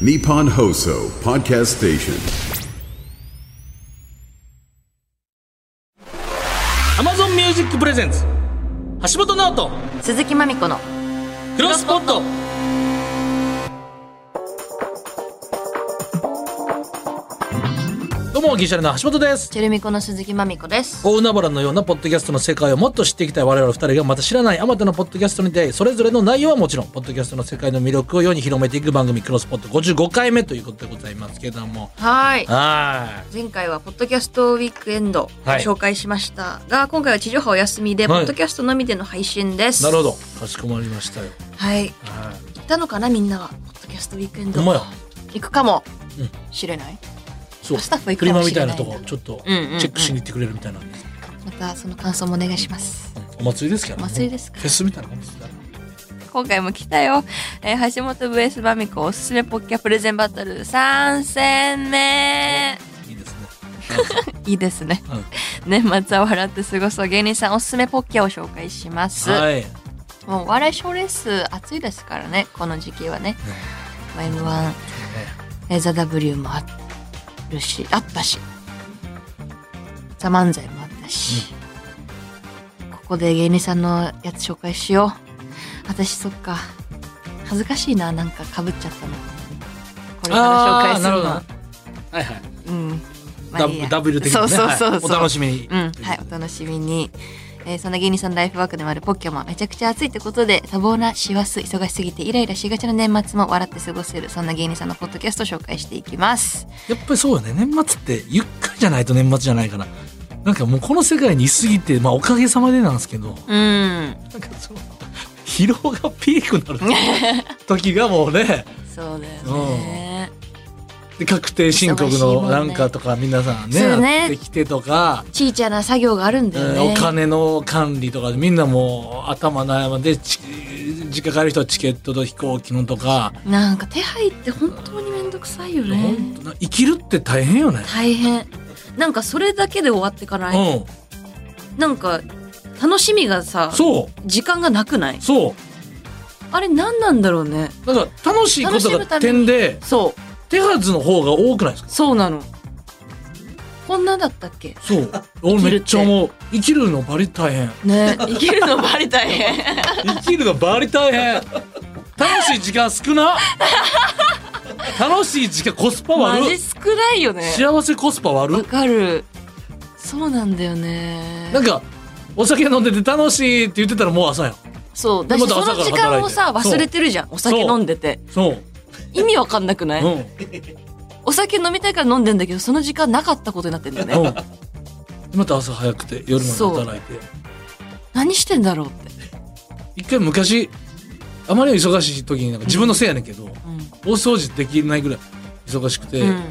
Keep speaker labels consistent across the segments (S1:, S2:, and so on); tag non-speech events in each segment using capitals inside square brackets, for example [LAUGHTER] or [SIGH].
S1: Nippon Hoso Podcast Station.
S2: Amazon Music Presents 橋本直人
S3: 鈴木まみこの
S2: クロスポットどうもギシャレの橋本です
S3: チェルミコの鈴木まみこです
S2: 大海原のようなポッドキャストの世界をもっと知っていきたい我々二人がまた知らないあまたのポッドキャストに出会いそれぞれの内容はもちろんポッドキャストの世界の魅力を世に広めていく番組クロスポット55回目ということでございますけども
S3: はい
S2: は
S3: 前回はポッドキャストウィークエンドご
S2: はい
S3: 紹介しましたが、今回は地上波お休みで、
S2: はい
S3: ポッドキャストのみでの配信で
S2: ーい
S3: す
S2: なるほどかしこまりましたよ
S3: はい行
S2: は
S3: ったのかなみんなはポッドキャストウィークエ
S2: い
S3: ン
S2: ほ
S3: ド
S2: んまや
S3: 行くかも、
S2: うん
S3: 知れない
S2: そう
S3: スタッフ行くか
S2: 車
S3: も
S2: み
S3: したれ
S2: い
S3: な
S2: ないとこちょっとチ
S3: うんうんうん
S2: ェックしに行ってくれるみたいな、うん
S3: またその感想もお願いします
S2: お祭りですから
S3: お祭りですから
S2: フェスみたいな感じですから
S3: 今回も来たよ、えー、橋本 VS まみこおすすめポッキャプレゼンバトル3戦目
S2: いいですね
S3: いいですね
S2: うん
S3: [LAUGHS] 年末は笑って過ごそう芸人さんおすすめポッキャを紹介します、
S2: はい
S3: もうお笑い賞レース暑いですからねこの時期はね、まあ M1 えーザ・ W もあるしあったしザ・漫才もあったし、ここで芸人さんのやつ紹介しよう私そっか恥ずかしいななんかかぶっちゃったのこれから紹介する
S2: あ
S3: の
S2: ーなるはいはい
S3: うんま
S2: ダ
S3: あいい
S2: ブ
S3: や
S2: ダブル的に
S3: そう
S2: ね
S3: そう
S2: はい
S3: そう
S2: お
S3: そう、
S2: 楽しみに
S3: うん、はい、お楽しみに。えーそんな芸人さんのライフワークでもあるポッキャもめちゃくちゃ暑いってことで多忙な師走忙しすぎてイライラしがちな年末も笑って過ごせるそんな芸人さんのポッドキャストを紹介していきます
S2: やっぱりそうよね年末ってゆっくりじゃないと年末じゃないからなんかもうこの世界にいすぎてまあおかげさまでなんですけど
S3: うん
S2: なんかそう疲労がピークになる
S3: [LAUGHS]
S2: 時がもうね
S3: そうだよね
S2: で確定申告
S3: 忙しいも
S2: の
S3: んね
S2: なんかとか皆さんね
S3: そうね
S2: やってきてとか、
S3: ちいちゃな作業があるんだよ
S2: うん
S3: ね、
S2: お金の管理とかでみんなもう頭悩んでち実家帰る人はチケットと飛行機のとか、
S3: なんか手配って本当にめんどくさいよ
S2: ほ
S3: ね
S2: んとな生きるって大変よね。
S3: 大変なんかそれだけで終わってかない、
S2: うん、
S3: なんか楽しみがさ
S2: そ
S3: 時間がなくないう
S2: そ
S3: あれ何なんだろうね
S2: うなんか楽しいことが点で
S3: そう
S2: 手数の方が多くないですか
S3: そうなの。こんなだったっけ [LAUGHS]
S2: そう俺めっちゃ思う生きるのバリ大変 [LAUGHS]
S3: ね生きるのバリ大変。
S2: 生きるのバリ大変楽しい時間少な楽しい時間コスパ
S3: [LAUGHS] マ
S2: 悪
S3: ジ
S2: い
S3: 少ないよね。
S2: 幸せコスパ悪
S3: わ
S2: い
S3: かる。そうなんだよね
S2: な。んかお酒飲んでて楽しいって言ってたらもう朝や
S3: そう。だし
S2: また
S3: そ
S2: 朝
S3: の時
S2: から働い
S3: 間
S2: て
S3: をさ、忘れてるじゃん。お酒
S2: そう
S3: 飲んでて。
S2: そう、
S3: 意味わかんなくない、
S2: うんうん
S3: お酒飲みたいから飲んでんだけど、その時間なかったことになってんだよね。
S2: また朝早くて夜まで働いて
S3: 何してんだろうって。
S2: 一回昔あまりに忙しい時になんか自分のせいやねんけど、
S3: うん。
S2: 大掃除できないぐらい忙しくて、
S3: うん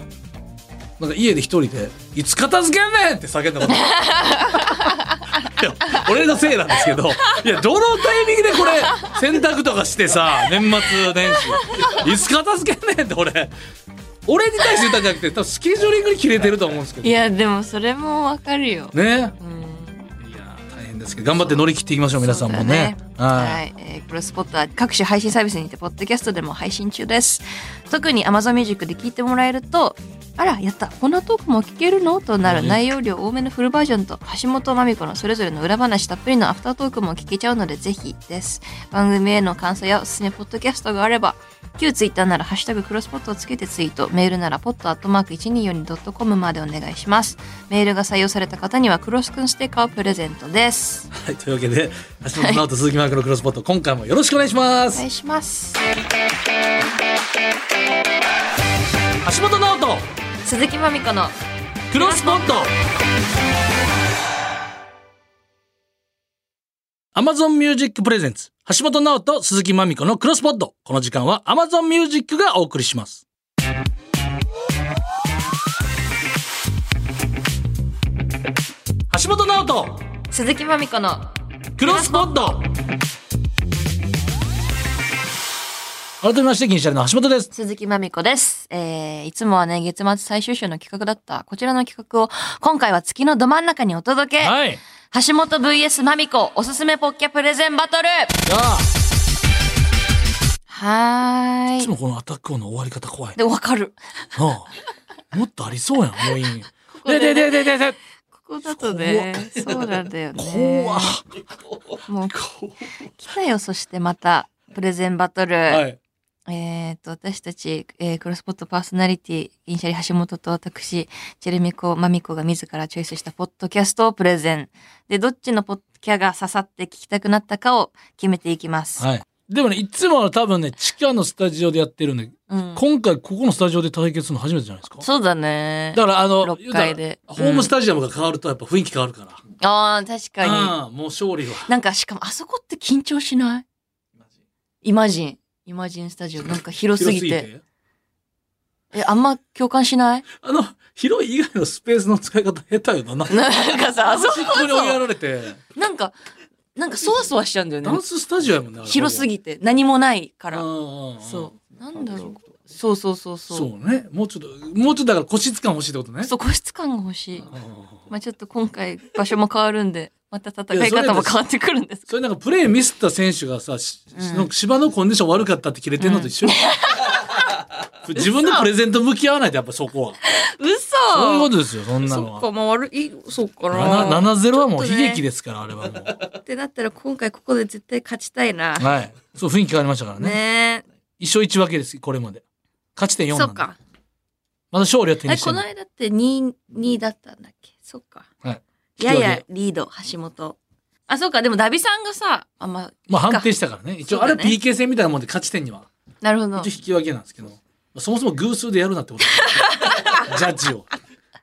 S2: なんか家で一人で「いつ片付けんねん!」って叫んだ
S3: [LAUGHS]
S2: こといや俺のせいなんですけどいやどのタイミングでこれ洗濯とかしてさ年末年始「いつ片付けんねん!」って俺俺に対して言ったんじゃなくて多分スケジューリングに切れてると思うんですけど
S3: い
S2: ね
S3: や、でもそれもわかるよ。うん
S2: いや大変ですけど頑張って乗り切っていきましょう皆さんもね
S3: そうだ
S2: はい、
S3: はい、えークロスポットは各種配信サービスにてポッドキャストでも配信中です特に Amazon Music で聞いてもらえるとあらやったこんなトークも聞けるのとなる
S2: ね
S3: 内容量多めのフルバージョンと橋本まみ子のそれぞれの裏話たっぷりのアフタートークも聞けちゃうのでぜひです番組への感想やおすすめポッドキャストがあれば旧ツイッターなら「ハッシュタグクロスポット」をつけてツイートメールならポットアットマーク 1242.com までお願いしますメールが採用された方にはクロスくんステッカーをプレゼントです
S2: はい、というわけで橋本直人鈴木マークのクロスポット今回もよろしくお願いしま
S3: お
S2: す、
S3: 願い
S2: [LAUGHS]
S3: します
S2: 橋本直人
S3: 鈴木まみこの
S2: クロスポット Amazon Music Presents 橋本直人鈴木まみこのクロスポットこの時間は Amazon Music がお送りします橋本直人
S3: 鈴木まみこの
S2: クロスポット改めまして銀シャリの橋本です
S3: 鈴木まみこです。えー、いつもはね、月末最終週の企画だった、こちらの企画を、今回は月のど真ん中にお届け、
S2: はい
S3: 橋本 VS まみこおすすめポッキャプレゼンバトル
S2: じゃあ
S3: はー
S2: いつ
S3: い。
S2: もこのアタック王の終わり方怖い。
S3: で、わかる。
S2: あ
S3: [LAUGHS]
S2: あもっとありそうやん、余韻。
S3: こ
S2: で
S3: で
S2: ででででで
S3: ここだとね、そうなんだよね。
S2: 怖っ
S3: もう、来たよ、そしてまた、プレゼンバトル。
S2: はい。
S3: えっと、私たち、えークロスポットパーソナリティ、銀シャリ橋本と私、チェルミコ、マミコが自らチョイスしたポッドキャストをプレゼン。で、どっちのポッドキャが刺さって聞きたくなったかを決めていきます。
S2: はい。でもね、いつもは多分ね、地下のスタジオでやってるんで、
S3: うん、
S2: 今回ここのスタジオで対決するの初めてじゃないですか。
S3: そうだね。
S2: だからあの、
S3: 6階で
S2: 言うたらホームスタジアムが変わるとやっぱ雰囲気変わるから。
S3: ああ、確かに。
S2: ああ、もう勝利は。
S3: なんか、しかもあそこって緊張しないイマジン。イマジンスタジオ。なんか広すぎ
S2: 広
S3: て。。え、あんま共感
S2: [LAUGHS]
S3: しない
S2: あの、広い以外のスペースの使い方下手よな。なんか
S3: なんかさ、あそこ
S2: 端っこに追いやられて、
S3: なんか、なんかそわそわしちゃうんだよね
S2: ダ。ンススタジオやもんね。
S3: 広す
S2: ぎ
S3: ぎて。何もないから。
S2: ら
S3: そう。なんだろう。そうそうそうそう。
S2: そ
S3: そう
S2: ね。もうちょっと、もうちょっとだから個室感欲しいってことね
S3: う。個室感が欲しい。
S2: うんうんうん
S3: まあちょっと今回場所も変わるんで、また戦い方も変わってくるんです。
S2: それなんかプレーミスった選手がさ、し
S3: うん
S2: なんか芝のコンディション悪かったって切れてんのと一緒よ自分のプレゼント向き合わないとやっぱそこは。
S3: 嘘
S2: そういうことですよ、そんなの
S3: そっ
S2: は。
S3: か、まあ悪い、そうかな。
S2: 7-0はもう
S3: ち
S2: 悲
S3: ょっとね
S2: 劇ですから、あれはもう。
S3: ってなったら今回ここで絶対勝ちたいな。
S2: はい。そう、雰囲気変わりましたからね。
S3: ね
S2: 一勝一分けです、これまで。勝ち点
S3: え。
S2: 4
S3: そ
S2: なん
S3: っ
S2: で。
S3: か。
S2: まだ勝利は手
S3: え、
S2: にして
S3: こ
S2: る
S3: の。間って2、2だったんだっけそっか。
S2: はい。
S3: ややリード、橋本。あ、そうか、でもダビさんがさ、あんま、
S2: まあ判定したからね。一応、あれは
S3: そうだね
S2: PK 戦みたいなもんで勝ち点には。
S3: なるほど。
S2: 一応引き分けなんですけど、まあそもそも偶数でやるなってこと [LAUGHS] だよジャッジを。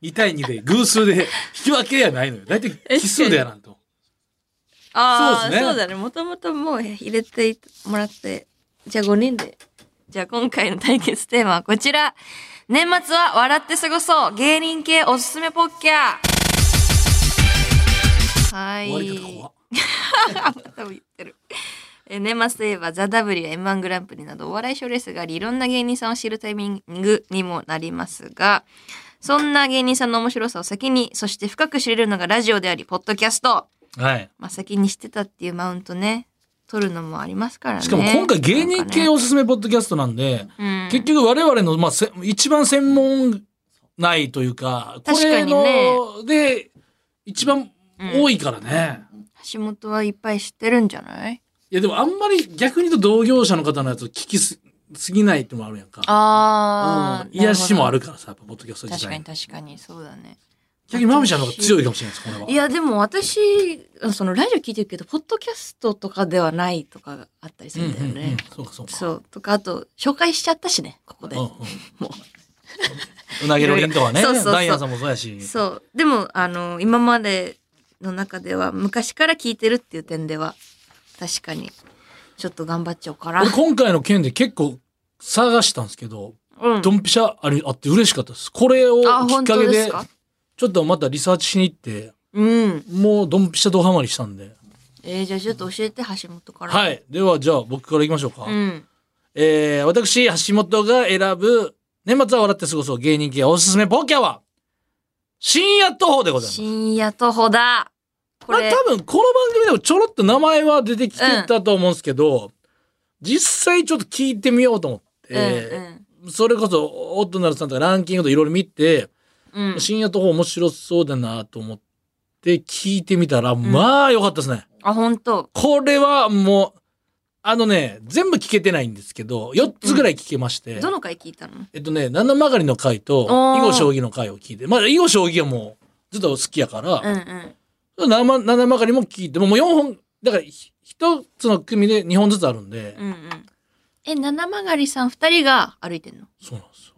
S2: 2対2で偶数で引き分けやないのよ。大体奇数でやらんと。そう
S3: ああ、
S2: ですね
S3: そうだね。もともともう入れてもらって。じゃあ5人で。じゃあ今回の対決テーマはこちら。年末は笑って過ごそう。芸人系おすすめポッキャー。は
S2: 終わり方怖
S3: い
S2: っ。。
S3: あ、またも言ってる。えー年末といえば、ザ・ W や M1 グランプリなどお笑い賞レースがあり、いろんな芸人さんを知るタイミングにもなりますが、そんな芸人さんの面白さを先に、そして深く知れるのがラジオであり、ポッドキャスト。
S2: はい。
S3: まあ、先にしてたっていうマウントね取るのもありますからね
S2: しかも今回芸人系
S3: を、
S2: おすすめポッドキャストなんで、
S3: うん
S2: 結局我々の、まあ、せ一番専門ないというか、こ
S3: 確か
S2: れ
S3: にね
S2: ので一番多いからね。
S3: 橋本はいっぱい知ってるんじゃない
S2: いやでもあんまり逆に言うと同業者の方のやつを聞きすすぎないってのもあるやんか。
S3: ああ、
S2: うん、癒しもあ
S3: る
S2: るからさ、やっぱポッドキャスト
S3: ほど
S2: 自
S3: 確か
S2: 体
S3: に。確かにそうだね
S2: 逆にマミちゃんの方が強いかもしれないです、これは。
S3: いやでも私そのラジオ聞いてるけどポッドキャストとかではないとかがあったりするんだよね、
S2: うんうんうん、そうかそうか。
S3: そうとかあと紹介しちゃったしねここで、
S2: うんうん、
S3: も
S2: うなぎロリンとはね
S3: そうそうそう
S2: ダイアンさんもそうやし
S3: うそうでもあの今までの中では昔から聞いてるっていう点では確かにちょっと頑張っちゃおうかな
S2: 俺今回の件で結構探したんですけど
S3: うん
S2: ドンピシャありあって嬉しかったですこれをき
S3: あ
S2: っ
S3: 本
S2: か
S3: 当
S2: け
S3: で
S2: です
S3: か
S2: ちょっとまたリサーチしに行って
S3: うん。
S2: もうドンピシャドハマりしたんで
S3: えー、じゃあちょっと教えて、橋本から。。
S2: はいいではじゃあ僕からいきましょうか、
S3: うん。
S2: えー、私橋本が選ぶ年末は笑って過ごそう芸人系おすすめポキャは深夜徒歩でございます
S3: 深夜徒歩だ。こ
S2: まあ、
S3: れ、
S2: 多分この番組でもちょろっと名前は出てきてたと思うんですけど、実際ちょっと聞いてみようと思って、
S3: うん
S2: それこそオットナルさんとかランキングとかいろいろ見て、
S3: うん。うん。
S2: 深夜と方面白そうだなと思って聞いてみたら、まあ良かったですね。
S3: あ、本当。
S2: これはもうあのね全部聞けてないんですけど4つぐらい聞けまして、
S3: どの回聞いたの
S2: えっとね七曲りの回と
S3: おー
S2: 囲碁将棋の回を聞いてまあ囲碁将棋はもうずっと好きやから、
S3: うんうん。
S2: 七ま七曲りも聞いてももう4本だからひ一つの組で2本ずつあるんで、
S3: うんうん。え、七曲りさん二人が歩いてんの
S2: そうなんですよ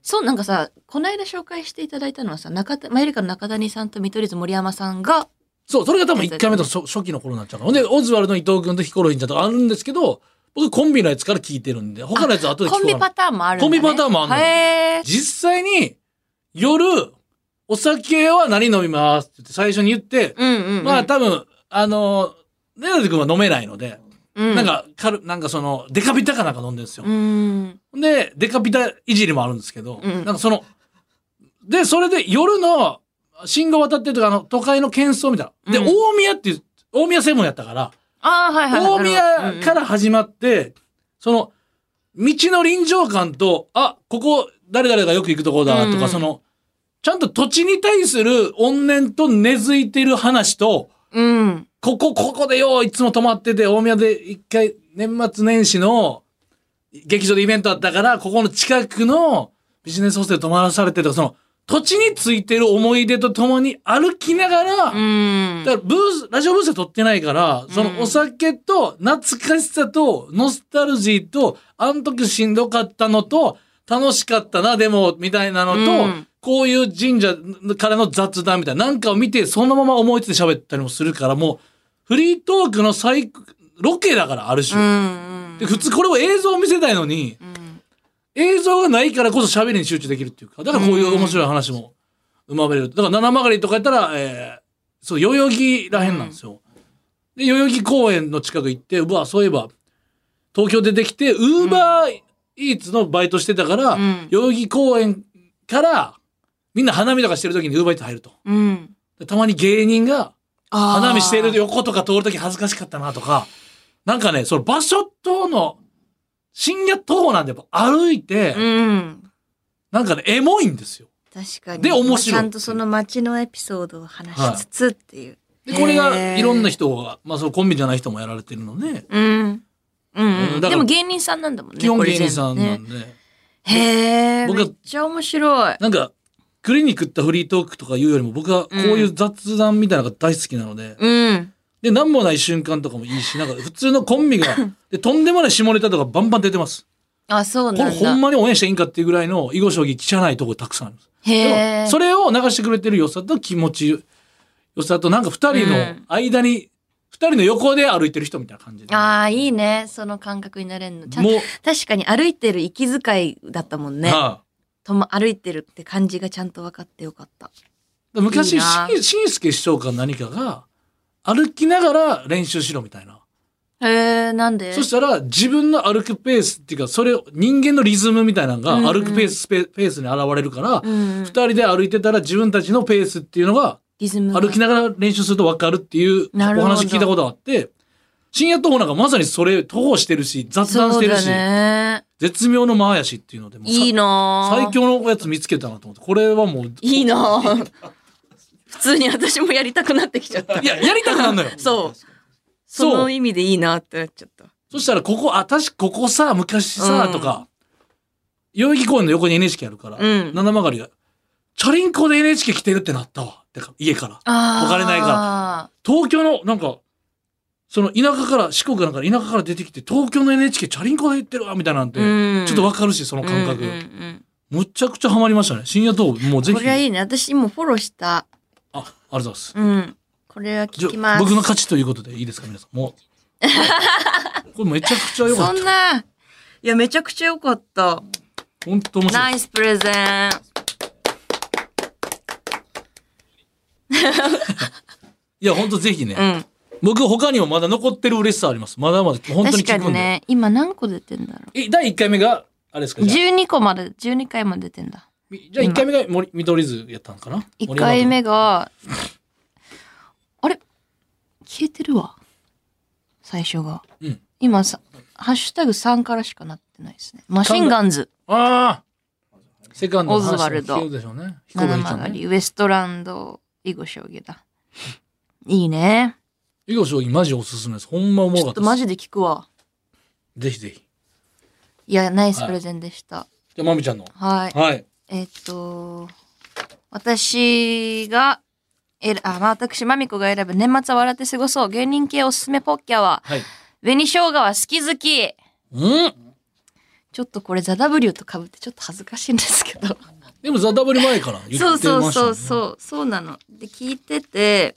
S3: そう、なんかさ、この間紹介していただいたのはさ、中田、マユリカの中谷さんと見取り図森山さんが、
S2: そうそれが多分1回目と初初期の頃になっちゃうからほんでオズワルドの伊藤君とヒコロヒンちゃんとかあるんですけど僕コンビのやつから聞いてるんで他のやつは後で聞
S3: コ
S2: く
S3: ンビ
S2: から
S3: パターンもあるんだ、ね。
S2: コンビパターンもあんのよ
S3: へえ。
S2: 実際に夜お酒は何飲みますって言って最初に言って、
S3: うんうん、うん。
S2: まあ多分あのネナズ君は飲めないので、
S3: うん、
S2: なん、か軽なんかそのデカビタかなんか飲んでるんですよ
S3: う、ん。
S2: で、デカピタいじりもあるんですけど、
S3: うん
S2: なんかその、で、それで夜の信号渡ってるとか、あの、都会の喧騒みたいな。で、
S3: うん
S2: 大宮っていう、大宮セブンやったから、
S3: ああ、はいはい。
S2: 大宮から始まって、その、道の臨場感と、あ、ここ、誰々がよく行くところだとか、
S3: うん
S2: その、ちゃんと土地に対する怨念と根付いてる話と、
S3: うん。
S2: ここ、ここでよ、いつも泊まってて、大宮で一回、年末年始の、劇場でイベントあったから、ここの近くのビジネスホステル泊まらされてるとか、その、土地についてる思い出とともに歩きながら、
S3: うん。
S2: だからブース、ラジオブースで撮ってないから、そのお酒と懐かしさとノスタルジーと、あの時しんどかったのと、楽しかったな、でも、みたいなのと、
S3: うん
S2: こういう神社からの雑談みたいな、なんかを見て、そのまま思いついて喋ったりもするから、もう、フリートークの最、ロケだから、ある
S3: う
S2: 種。
S3: んうん。
S2: で普通これを映像を見せたいのに、
S3: うん。
S2: 映像がないからこそ喋りに集中できるっていうか、だからこういう面白い話も生まれる。だから七曲りとかやったら、えー、そう、代々木らへんなんですよ。で、代々木公園の近く行って、うわ、そういえば、東京出てきて、ウーバーイーツのバイトしてたから、
S3: うん
S2: 代々木公園から、みんな花見とかしてる時にウーバーイーツ入ると。
S3: うん。
S2: でたまに芸人が、
S3: あー
S2: 花見してる。横とか通る時恥ずかしかったなとか、なんかね、その場所との、深夜徒歩なんでやっぱ歩いて、
S3: うん。
S2: なんかね、エモいんですよ。
S3: 確かに。
S2: で面白い
S3: ちゃんとその街のエピソードを話しつつっていう。
S2: で、これ
S3: へ
S2: が
S3: ー
S2: いろんな人が、まあそのコンビじゃない人もやられてるので、
S3: うん。うん、
S2: う
S3: うん
S2: だ
S3: ん。
S2: から
S3: でも芸人さんなんだもんね。
S2: 基本
S3: これ
S2: 芸
S3: 全部
S2: 人さんなん
S3: ね、
S2: で、
S3: へえ。
S2: 僕
S3: め
S2: は
S3: っちゃ面白い。
S2: なんか、クリニック行ったフリートークとか言うよりも僕はこういう雑談みたいなのが大好きなので、
S3: うん。
S2: で、なんもない瞬間とかもいい
S3: [LAUGHS]
S2: し、なんか普通のコンビが、で、とんでもない下ネタとかバンバン出てます。
S3: あ、そう
S2: これ
S3: なん
S2: ほ
S3: だ。
S2: んまに応援していいんかっていうぐらいの囲碁将棋汚いとこたくさんあります。
S3: へ
S2: で
S3: え。
S2: もそれを流してくれてる良さと気持ち良さとなんか二人の間に、二人の横で歩いてる人みたいな感じで。
S3: ああ、いいね。その感覚になれるの。ちゃん
S2: もう、
S3: 確かに歩いてる息遣いだったもんね。
S2: はい
S3: とも歩いてるって感じがちゃんと分かってよかった。い
S2: 昔
S3: いな
S2: ししんすけ師匠か何かが歩きながら練習しろみたいな
S3: へえ、なんで
S2: そしたら自分の歩くペースっていうかそれを人間のリズムみたいなのが
S3: うんうん
S2: 歩くペース、ペペースに現れるから、
S3: う
S2: 二
S3: んうん、
S2: 人で歩いてたら自分たちのペースっていうのが
S3: リズムが
S2: 歩きながら練習すると分かるっていうお
S3: なるほど
S2: 話聞いたことあって深夜徒歩なんかまさにそれ徒歩してるし雑談してるし、
S3: そうだね。
S2: 絶妙の間やしっていうのでもうさ
S3: いいなぁ
S2: 最。強のやつ見つけたなと思ってこれはもう
S3: いいなぁ普通に私もやりたくなってきちゃった。
S2: いややりたくなるのよ
S3: [LAUGHS] そう。
S2: そう
S3: その意味でいいなってなっちゃった。
S2: そしたら、ここ、あ、確かここさ、昔さ、
S3: うん
S2: とか、代々木公園の横に NHK あるから、
S3: うん
S2: 七曲りが、チャリンコで NHK 来てるってなったわ。てか、家から。
S3: あ
S2: お金ない
S3: か
S2: 東京の、なんか、その田舎から、四国なんか田舎から出てきて、東京の NHK チャリンコで行ってるわ、みたいなんて、
S3: うん
S2: ちょっとわかるし、その感覚。
S3: うんうんうん
S2: むちゃくちゃハマりましたね。深夜等、もうぜひ。
S3: これは
S2: あ、あり
S3: いいね。私もフォローした。
S2: がとうございます。
S3: うん。これは聞き
S2: じゃ
S3: ま
S2: あ
S3: す。
S2: 僕の勝ちということでいいですか、皆さん。も
S3: [LAUGHS]
S2: う。これめちゃくちゃ良か
S3: そ
S2: った
S3: ん。な。いや、めちゃくちゃ良かった。
S2: 本当面白
S3: ナ
S2: い。
S3: イスプレゼン。
S2: いや、本当ぜひね。
S3: うん。
S2: 僕他にもまだ残ってる嬉しさあります。まだまだ本当に
S3: 確
S2: 聞く
S3: か
S2: んで。
S3: にね。今何個出てんだろ
S2: え第1回目が、あれですか
S3: う。
S2: じゃあ
S3: 12個まで、12回まで出てんだ。
S2: みじゃあ1回目が森見取り図やったのかな
S3: 1回。目が、あれ消えてるわ。最初が。
S2: 森山うん。
S3: 今さ、ハッシュタグ3からしかなってないですね。マシンガンズ、
S2: ああセカンドの話
S3: オズワルド
S2: も必要でしょうね。彦
S3: 七
S2: 星ちゃん
S3: 曲
S2: ね。
S3: り、ウエストランド、囲碁将棋だ。いいね。
S2: 囲碁将棋マジおすすめです。ほんまおもろ
S3: ちょ
S2: か
S3: っ
S2: っ
S3: と
S2: た
S3: マ
S2: です。
S3: ジで聞くわ。
S2: ぜひぜひ。
S3: いや、ナイス
S2: はい
S3: プレゼンでした。
S2: じゃあまみちゃんの。
S3: はい。
S2: はい。
S3: えっと、私が、えら、あ、まあ、私、まみこが選ぶ年末は笑って過ごそう。芸人系おすすめポッキャは、
S2: はい。
S3: 紅生姜は好き好き。
S2: うん
S3: ちょっとこれザ・ W とかぶってちょっと恥ずかしいんですけど。
S2: でもザ・ダブリ前から言ってました
S3: そ
S2: よ
S3: う
S2: ね。
S3: そうそう
S2: う。
S3: そう、そうなの。で、聞いてて、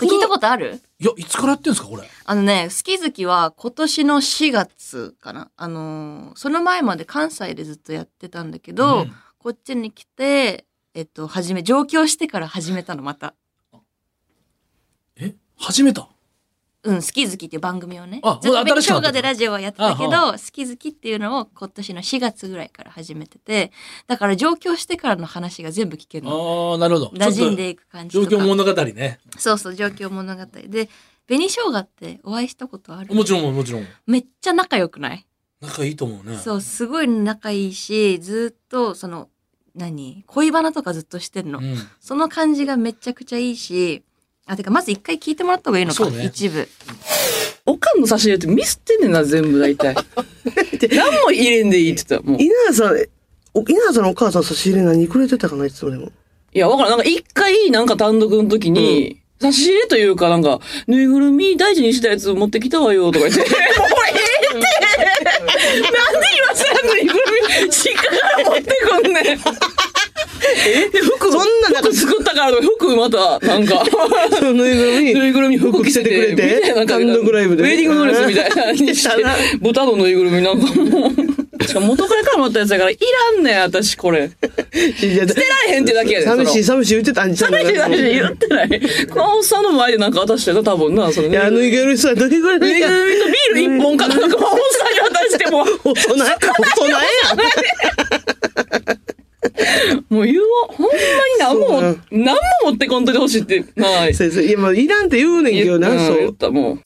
S2: れ
S3: 聞いたことある
S2: いや、いつからやってんですかこれ。
S3: あのね、好き好きは今年の4月かな。あのーその前まで関西でずっとやってたんだけ
S2: う
S3: ど、
S2: ん
S3: こっちに来て、えっと、始め、上京してから始めたの、また。
S2: え始めた
S3: うん、好き好きっていう番組をね。
S2: あ
S3: ずっと
S2: もう新しくな
S3: 生
S2: った
S3: 姜でラジオはやってたけど、
S2: あ
S3: 好き好きっていうのを今年の4月ぐらいから始めてて、だから上京してからの話が全部聞ける
S2: あ
S3: の。
S2: あ、なるほど。
S3: 馴染んで
S2: ち
S3: いく感じ
S2: ょ
S3: と
S2: っ
S3: か。
S2: と状況物語ね。
S3: そうそう、状況物語。で、紅生姜ってお会いしたことある
S2: もちろんもちろん。
S3: めっちゃ仲良くない
S2: 仲いいと思うね。
S3: そう、すごい仲いいし、ずっと、その、何恋バナとかずっとしてるの。
S2: うん。
S3: その感じがめちゃくちゃいいし、あ、てか、まず一回聞いてもらった方がいいのか、
S2: そうね
S3: 一部。
S4: おかんの差し入れってミスってんねんな、全部大体。 [LAUGHS] 何も入れんでいいって言ってた。もう。い
S5: 稲田さん、お稲田さんのお母さん差し入れ何くれてたかないつもでも。
S4: や、わからん。なんか一回、なんか単独の時に、差し入れというか、なんか、ぬいぐるみ大事にしたやつ持ってきたわよ、とか言って。 [LAUGHS] もうええってなんで今さ、ぬいぐるみ、実家から持ってくん [LAUGHS] ねん。え服、
S5: そんななんか
S4: 服作ったからとか、服また、なん [LAUGHS] か。
S5: そのぬいぐるみ。
S4: ぬいぐるみ服着せてくれて、
S5: みたいな感じ
S4: 単独ライブで。
S5: ウェディングドレスみ
S4: たいなに
S5: して
S4: [LAUGHS] 豚のぬいぐるみなんかもう。しかも元彼からもらったやつだから、いらんねん、私これ。
S5: 捨
S4: 捨てられへんってだけやで
S5: 寂しい
S4: そ
S5: 寂しい言ってたんちゃうの
S4: 寂しい
S5: [LAUGHS]
S4: 寂しい言ってない。このおっさんの前でなんか渡してた、多分な、その
S5: い
S4: ぬい
S5: や、
S4: ぐる
S5: ぬ
S4: み。
S5: いぐるみさ、どれぐらい
S4: ぬいぐるみとビール一本かなんか、おっさんに渡しても、 [LAUGHS]
S5: 大人や、大人や。
S4: もう言おう。ほんまに何も
S5: そ
S4: も
S5: う、
S4: 何も持ってこんといてほしいって、ない。
S5: 先生、いや、もういらんって言うねんけどな、
S4: うん
S5: そ
S4: 言っ
S5: う。
S4: た、もう。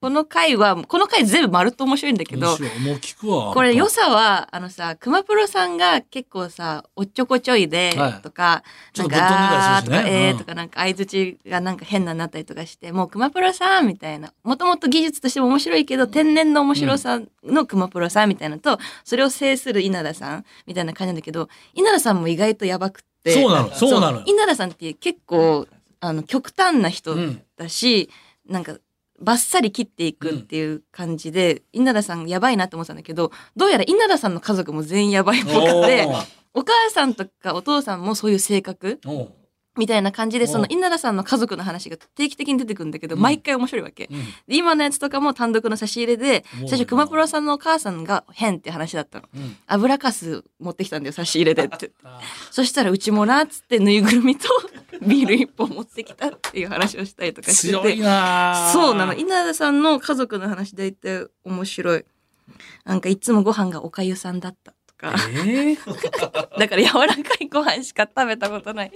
S3: この回は、この回全部まるっと面白いんだけど
S2: 面、白いもう聞くわ。
S3: これ良さは、あのさ、熊プロさんが結構さ、おっちょこちょいで
S2: はい、
S3: とか、
S2: ちょっとぶっ飛んで
S3: なんか、あーと
S2: たり
S3: か、
S2: するしね
S3: え
S2: う
S3: ー
S2: ん
S3: とか、なんか、相槌がなんか変なのになったりとかして、もう熊プロさんみたいな、もともと技術としても面白いけど、天然の面白さの熊プロさんみたいなのと、それを制する稲田さんみたいな感じなんだけど、稲田さんも意外とやばくって。
S2: そうなのそうなの
S3: 稲田さんって結構、あの、極端な人
S2: うん
S3: だし、なんか、バッサリ切っていくっていう感じで、稲田さんやばいなって思ってたんだけど、どうやら稲田さんの家族も全員やばいっぽくて、お母さんとかお父さんもそういう性格
S2: おーおー
S3: みたいな感じで、
S2: お
S3: その稲田さんの家族の話が定期的に出てくるんだけど、
S2: うん
S3: 毎回面白いわけ。
S2: うん
S3: で今のやつとかも単独の差し入れで、
S2: おもろいな
S3: 最初熊プロさんのお母さんが変って話だったの。
S2: うん
S3: 油かす持ってきたんだよ、差し入れでって。
S2: [LAUGHS] あ
S3: そしたらうちもなっつってぬいぐるみとビール一本持ってきたっていう話をしたりと
S2: ー
S3: かしてて
S2: 強いなー
S3: そうなの稲田さんの家族の話大体面白いなんかいつもご飯がおかゆさんだった
S2: [LAUGHS]
S3: とか
S2: えー
S3: だから柔らかいご飯しか食べたことない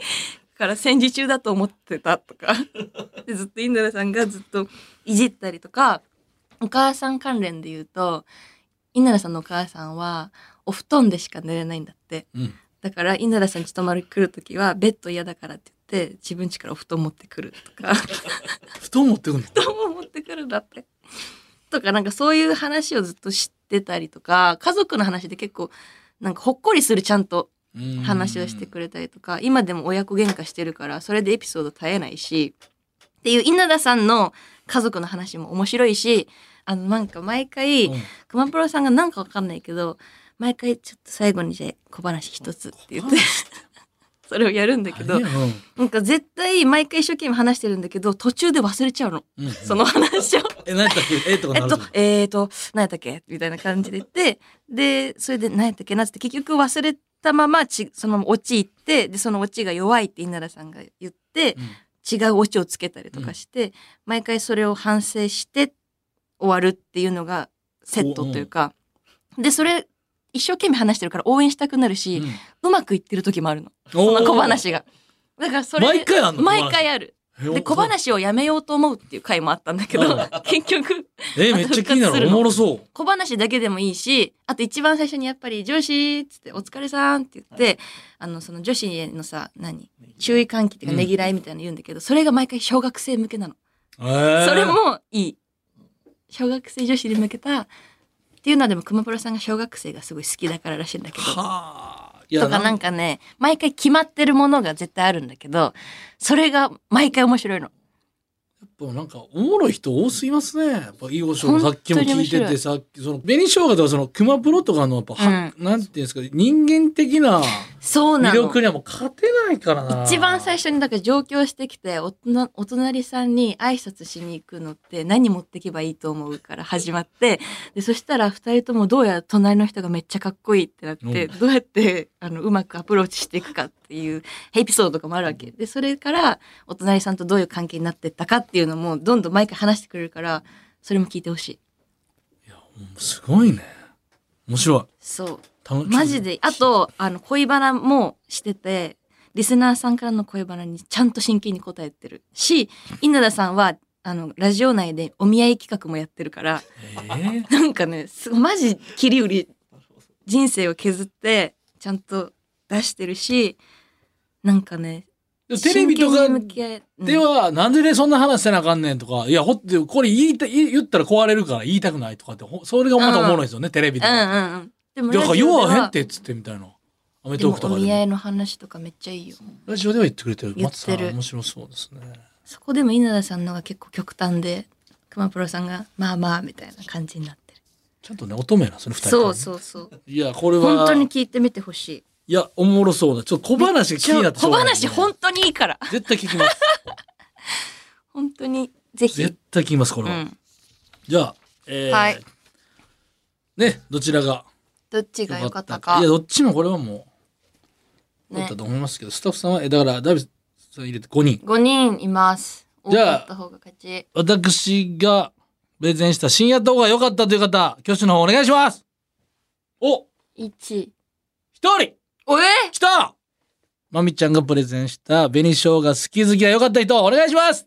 S3: から戦時中だと思ってた
S2: [LAUGHS]
S3: とかでずっと稲田さんがずっといじったりとかお母さん関連で言うと稲田さんのお母さんはお布団でしか寝れないんだって
S2: うん
S3: だから稲田さんち泊まり来る時はベッド嫌だからって言って自分家からお布団持ってくるとか
S2: 布団持ってくんの
S3: 布団も持ってくるんだってとかなんかそういう話をずっと知ってたりとか家族の話で結構なんかほっこりするちゃんと
S2: うん
S3: 話をしてくれたりとか今でも親子喧嘩してるからそれでエピソード絶えないしっていう稲田さんの家族の話も面白いしあのなんか毎回
S2: うん
S3: 熊プロさんがなんかわかんないけど毎回ちょっと最後にじゃあ小話一つって言って [LAUGHS] それをやるんだけど
S2: 何やうん
S3: なんか絶対毎回一生懸命話してるんだけど途中で忘れちゃうの
S2: うん
S3: その話を。
S2: え何やったっけえーとか
S3: え
S2: な
S3: っ
S2: る
S3: と
S2: ぞ、
S3: えっと、何やったっけみたいな感じで
S2: [LAUGHS]
S3: 言って、で、それで何やったっけなって結局忘れたままち、そのままオチ行って、で、そのオチが弱いって稲田さんが言って、
S2: うん
S3: 違うオチをつけたりとかして、毎回それを反省して終わるっていうのがセットというか、で、それ、一生懸命話してるから応援したくなるし、
S2: うん
S3: うまくいってる時もあるの。
S2: お
S3: そ
S2: ー
S3: の小話が。だからそれ、
S2: 毎回あんの
S3: 毎回ある。
S2: え
S3: で、小話をやめようと思うっていう回もあったんだけど
S2: うん、
S3: [LAUGHS] 結局、
S2: えめっちゃ気にな
S3: 復活
S2: る
S3: する
S2: お
S3: の
S2: もろそう
S3: 小話だけでもいいし、あと一番最初にやっぱり上司っつってお疲れさんって言って、あの、その女子へのさ、何注意喚起っていう
S2: う
S3: か
S2: ん
S3: ねぎらいみたいなの言うんだけど、それが毎回小学生向けなの。
S2: えー
S3: それもいい。小学生女子に向けた、っていうのはでも熊プロさんが小学生がすごい好きだかららしいんだけど。
S2: はあい
S3: とかなんかね、毎回決まってるものが絶対あるんだけど、それが毎回面白いの。
S2: やっぱなんかおもろい人多すぎますね。やっぱ囲碁将もさっきも聞い
S3: 本当に
S2: て
S3: 面白
S2: て
S3: い
S2: さっきその紅生姜とかその熊プロとかのやっぱは、なんていうんですか人間的な
S3: そうな
S2: 魅
S3: の。
S2: 力にはもう勝てないからな。
S3: 一番最初にだから上京してきておとなお隣さんに挨拶しに行くのって何持ってけばいいと思うから始まってでそしたら二人ともどうやら隣の人がめっちゃかっこいいってなって
S2: う
S3: どうやってあのうまくアプローチしていくかっていうエピソードとかもあるわけでそれからお隣さんとどういう関係になってったかっていうのもどんどん毎回話してくれるからそれも聞いてほしい
S2: すごいね。面白
S3: そう
S2: い。楽しい
S3: マジ。であとあの恋バナもしててリスナーさんからの恋バナにちゃんと真剣に答えてるし稲田さんはあの、ラジオ内でお見合い企画もやってるから、 [LAUGHS] なんかね、すマジ切り売り、人生を削って、ちゃんと出してるし、なんかね、
S2: テレビとか
S3: 真剣に向き合えうん
S2: では、なんでね、そんな話せなあかんねんとか、いや、ほって、これ言いた、言言ったら壊れるから言いたくないとかって、ほそれがまたおもろいですよね、テレビで。
S3: う
S2: だ
S3: んうんうん。でも
S2: から、
S3: ラジオ
S2: よ
S3: で
S2: う
S3: は
S2: へんってっつってみたいな。アメ
S3: で
S2: トー
S3: も
S2: クと
S3: お
S2: かで
S3: 見合
S2: も。
S3: いの話とかめっちゃいいよ。
S2: ラジオでは言ってくれてる。
S3: 言
S2: ま
S3: ってる
S2: たさん、面白そうですね。
S3: そこでも稲田さんの方が結構極端で、熊プロさんが、まあまあ、みたいな感じになってる。
S2: ちゃんとね、乙女なんですよね、二人とも
S3: そ
S2: ね
S3: うそうそう。
S2: いや、これは、
S3: 本当に聞いてみてほしい。
S2: いや、おもろそうだ。ちょっと小話が気になってしょ
S3: 小
S2: うがない
S3: 話本当にいいから。
S2: 絶対聞き
S3: [LAUGHS]
S2: ます。
S3: 本当に、ぜひ。
S2: 絶対聞きます、これ
S3: う
S2: は。
S3: ん。
S2: じゃあ、えー
S3: はい
S2: ね、どちらが
S3: どっち
S2: 良
S3: が良かった
S2: い
S3: か
S2: や、。どっちもこれはもう、
S3: ね
S2: だったと思いますけど、スタッフさんは、え、だから、ダビさん入れて5人。
S3: 5人います。多
S2: じゃあ
S3: かった方が勝ち。
S2: 私がプレゼンした深夜動画が良かったという方、挙手の方お願いしますお
S3: 1。
S2: 一人
S3: おえ
S2: 来たまみちゃんがプレゼンした紅生姜好き好きが良かった人、お願いします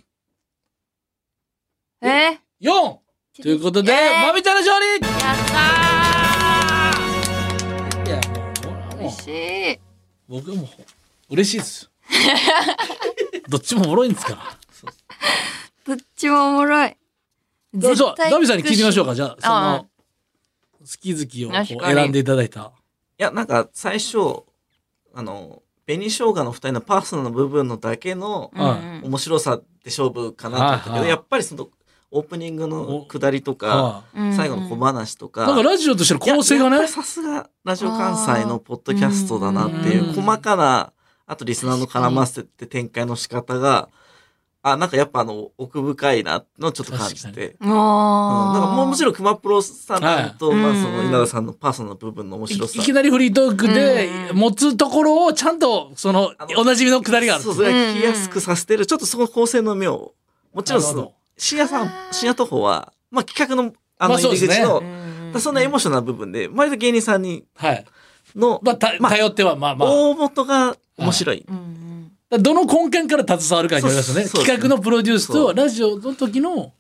S3: えやっ
S2: !4! ということで、
S3: イエーイ
S2: まみちゃんの勝利
S3: た
S2: いや、もう、
S3: ー嬉しい。
S2: 僕はもう、嬉しいですよ。どっちもおもろいんですから。
S3: どっちもおもろい。
S2: そう、ダビさんに聞いてみましょう
S3: か。
S2: か。じゃ
S3: あ
S2: あ
S3: あ、
S2: その、好き好きをこう
S3: 確かに
S2: 選んでいただいた。
S6: いや、なんか最初、あの、紅生姜の二人のパーソナルの部分のだけの
S3: うんうん
S6: 面白さで勝負かなと思ったけ
S2: はい
S6: ど、
S2: はい
S6: やっぱりそのオープニングの
S2: お
S6: 下りとか、
S2: は
S3: うんうん
S6: 最後の小話と
S2: い
S6: か、
S2: なんかラジオとしての構成が
S6: いやや
S2: ね
S6: っぱり、さすがラジオ関西のポッドキャストだなってい
S2: あー
S6: う、
S2: うん
S6: 細かな、あとリスナーの絡ませて展開の仕方が、あ、なんかやっぱあの、奥深いなってのをちょっと感じ
S2: 確
S6: て。
S3: もう
S6: うん、なんかもうもちろん熊プロさんと、
S3: はい
S6: まあ
S3: うんうん
S6: その稲田さんのパーソナル部分の面
S2: い
S6: 白さ。
S2: いきなりフリートークで
S3: うんうん
S2: 持つところをちゃんとその
S6: あの
S2: おなじみのくだりがある
S6: そう、それは聞きやすくさせてる。ちょっとその構成の妙を。もちろんそ
S2: なるほ
S6: の、深夜さん、深夜徒歩は、まあ企画の、
S2: ま
S6: あの、
S2: あそ
S6: 入
S2: うで
S6: り
S2: すね
S6: 口の、
S3: うん
S6: だからそんなエモーショナルな部分で、割と芸人さんに
S2: はい
S6: の、
S2: まあた
S6: まあ
S2: 頼ってはまあまあ
S6: 大元が面白い。
S3: うんうん
S2: だからどの根幹から携わるかによりますよね
S6: そうそうそう
S2: 企画のプロデュース
S6: そ
S2: と
S6: う
S2: ラジオの時の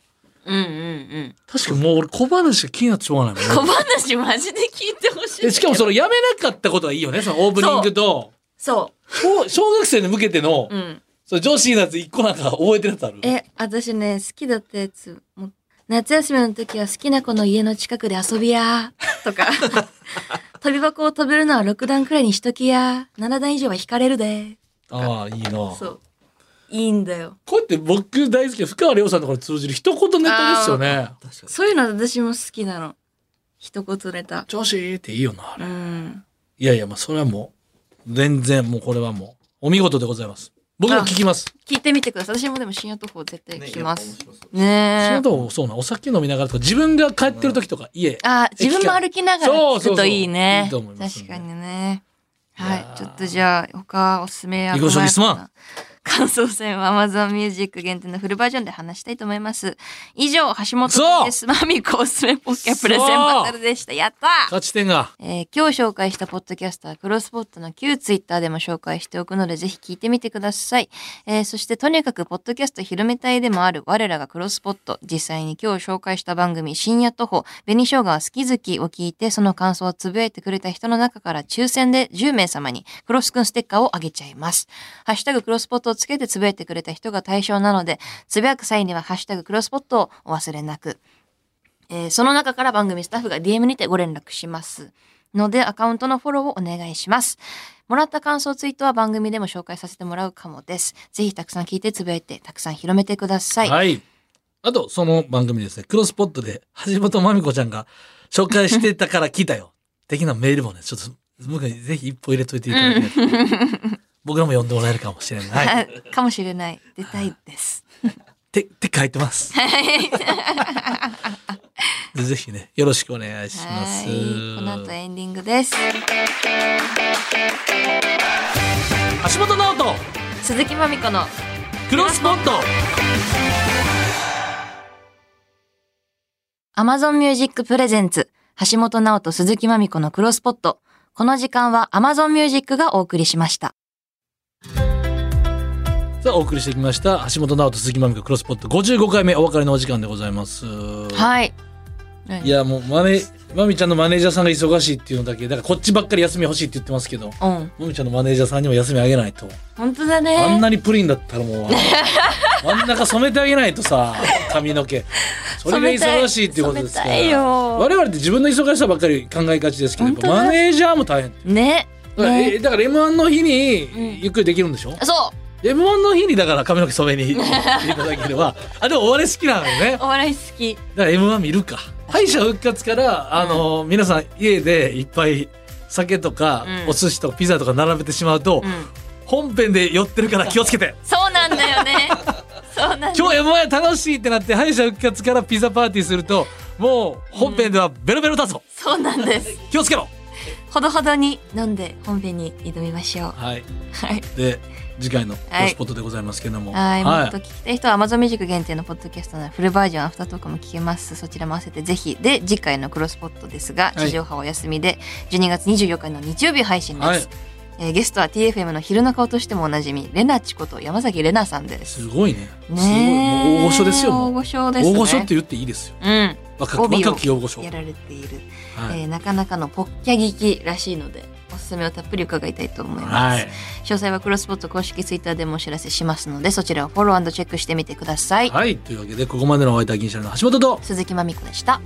S3: うんうん
S2: 確かにもう俺小話が気になってしょうがない
S3: うん。小
S2: もんね
S3: 話マジで聞いてほしい。
S2: えしかもそのやめなかったことはいいよねそのオープニングと
S3: そ
S2: 小小学生に向けての
S3: う。うん。
S2: その女子のやつ一個なんか覚えてるやつある
S3: え、私ね、好きだったやつ、もう夏休みの時は好きな子の家の近くで遊びやー
S6: [LAUGHS]
S3: とか、飛び箱を飛べるのは6段くらいにしときやー、7段以上は引かれるでー。
S2: ああいいな
S3: そう。いいんだよ。
S2: こうやって僕大好きな深川亮さんとかに通じる一言ネタですよね
S3: そういうの私も好きなの。一言ネタ。
S2: 女子っていいよなあれ
S3: うん。
S2: いやいや、まあ、それはもう、全然、もうこれはもう、お見事でございます。僕も聞きます。
S3: 聞いてみてください。私もでも深夜徒歩絶対
S6: ね
S3: 聞きます。
S6: やっぱ面白そう
S2: そ
S3: ね
S2: の
S3: え。
S2: とそうなん、お酒飲みながらとか、自分が帰ってる時とか、家。
S3: あ、自分も歩きなが
S2: そ
S3: ら
S2: うそ
S3: 聞
S2: うそう
S3: くといい
S2: いい
S3: ね。
S2: と思いますね
S3: 確かにね。はい
S2: やー
S3: い。ちょっとじゃあ、他おすすめや
S2: 行きましょう
S3: 細やかな
S2: 質問
S3: 感想戦は Amazon Music 限定のフルバージョンで話したいと思います。以上、橋本
S2: そう
S3: です。マミコおすすめポッケプレゼンバトルでした。やったー
S2: 勝ち点が。
S3: えー今日紹介したポッドキャストはクロスポットの旧ツイッターでも紹介しておくのでぜひ聞いてみてください、えーそしてとにかくポッドキャスト広めたいでもある我らがクロスポット実際に今日紹介した番組深夜徒歩紅生姜は好き好きを聞いてその感想をつぶやいてくれた人の中から抽選で10名様にクロスくんステッカーをあげちゃいますハッシュタグクロスポットをつけてつぶやいてくれた人が対象なのでつぶやく際にはハッシュタグクロスポットをお忘れなくえーその中から番組スタッフが DM にてご連絡しますのでアカウントのフォローをお願いしますもらった感想ツイートは番組でも紹介させてもらうかもですぜひたくさん聞いてつぶやいてたくさん広めてください、
S2: はい。あと、その番組ですね、クロスポットで、橋本まみこちゃんが紹介してたから聞いたよ。 [LAUGHS] 的なメールもね、ちょっと、僕にぜひ一歩入れといていただきた
S3: [LAUGHS]
S2: い。僕らも呼んでもらえるかもしれない。
S3: かもしれない出たいです
S2: て、って書いてます。 [LAUGHS] ぜひね、よろしくお願いし
S3: は
S2: ます。
S3: いこの後エンディングです
S2: 橋本直人
S3: 鈴木まみこの
S2: クロスポット
S3: Amazon Music Presents 橋本直人鈴木まみこのクロスポットこの時間は Amazon Music がお送りしました
S2: さあ、お送りしてきました、橋本直人鈴木まみこクロスポット55回目お別れのお時間でございます。
S3: はい。
S2: いや、もう、マネ、まみちゃんのマネージャーさんが忙しいっていうのだけ、だからこっちばっかり休み欲しいって言ってますけど、
S3: うん。
S2: まみちゃんのマネージャーさんにも休みあげないと。
S3: 本当だ
S2: あん
S3: ね。
S2: なにプリンだったらもう、真ん中染めてあげないとさ、髪の毛。それが忙しいっていうことですから。
S3: 染めたいよ
S2: 我々って自分の忙しさばっかり考えがちですけど、やっぱ
S3: 本当だ
S2: マネージャーも大変。
S3: ね。
S2: だから、
S3: ね
S2: えだから M1 の日に
S3: ん
S2: ゆっくりできるんでしょ、
S3: そう。
S2: M1 の日にだから髪の毛染めに行っていただければ [LAUGHS] あでもお笑い好きなのよねだか
S3: お笑い好き。
S2: ら M1 見るか敗者復活からあの、皆さん家でいっぱい酒とか、
S3: うん
S2: お寿司とかピザとか並べてしまうと、
S3: うん。
S2: 本編で寄ってるから気をつけて
S3: そうなんだよ
S2: [LAUGHS]
S3: ね。そうなんだよ。
S2: 今日 M1 楽しいってなって敗者復活からピザパーティーするともう本編ではベロベロだぞ、
S3: そうなんです。
S2: 気をつけろ
S3: ほどほどに飲んで本編に挑みましょう。
S2: はい
S3: はい。
S2: で次回の「ロスポット」でございますけども
S3: はい、もっと聞きたい人は Amazon Music 限定のポッドキャストならフルバージョンアフタートークも聞けます。そちらも合わせてぜひ。で、次回のクロスポットですが、
S2: はい
S3: 地上波お休みで12月24日の日曜日配信です。
S2: はい
S3: えーゲストは TFM の昼の顔としてもおなじみ、レナチこと山崎レナさんです。
S2: すごいね。すごい。
S3: ね
S2: もう大御所ですよ。も
S3: 大
S2: う
S3: 御所ですね。
S2: 大御所って言っていいですよ。
S3: うん。
S2: 若
S3: 帯
S2: き
S3: を
S2: 若き大御所。
S3: やられている、
S2: はい。
S3: えーなかなかのポッキャ聞きらしいので、おすすめをたっぷり伺いたいと思います。
S2: はい。
S3: 詳細はクロスポット公式ツイッターでもお知らせしますので、そちらをフォローチェックしてみてください。
S2: はい。というわけで、ここまでのお相手は銀シャリの橋本と、
S3: 鈴木まみこでした。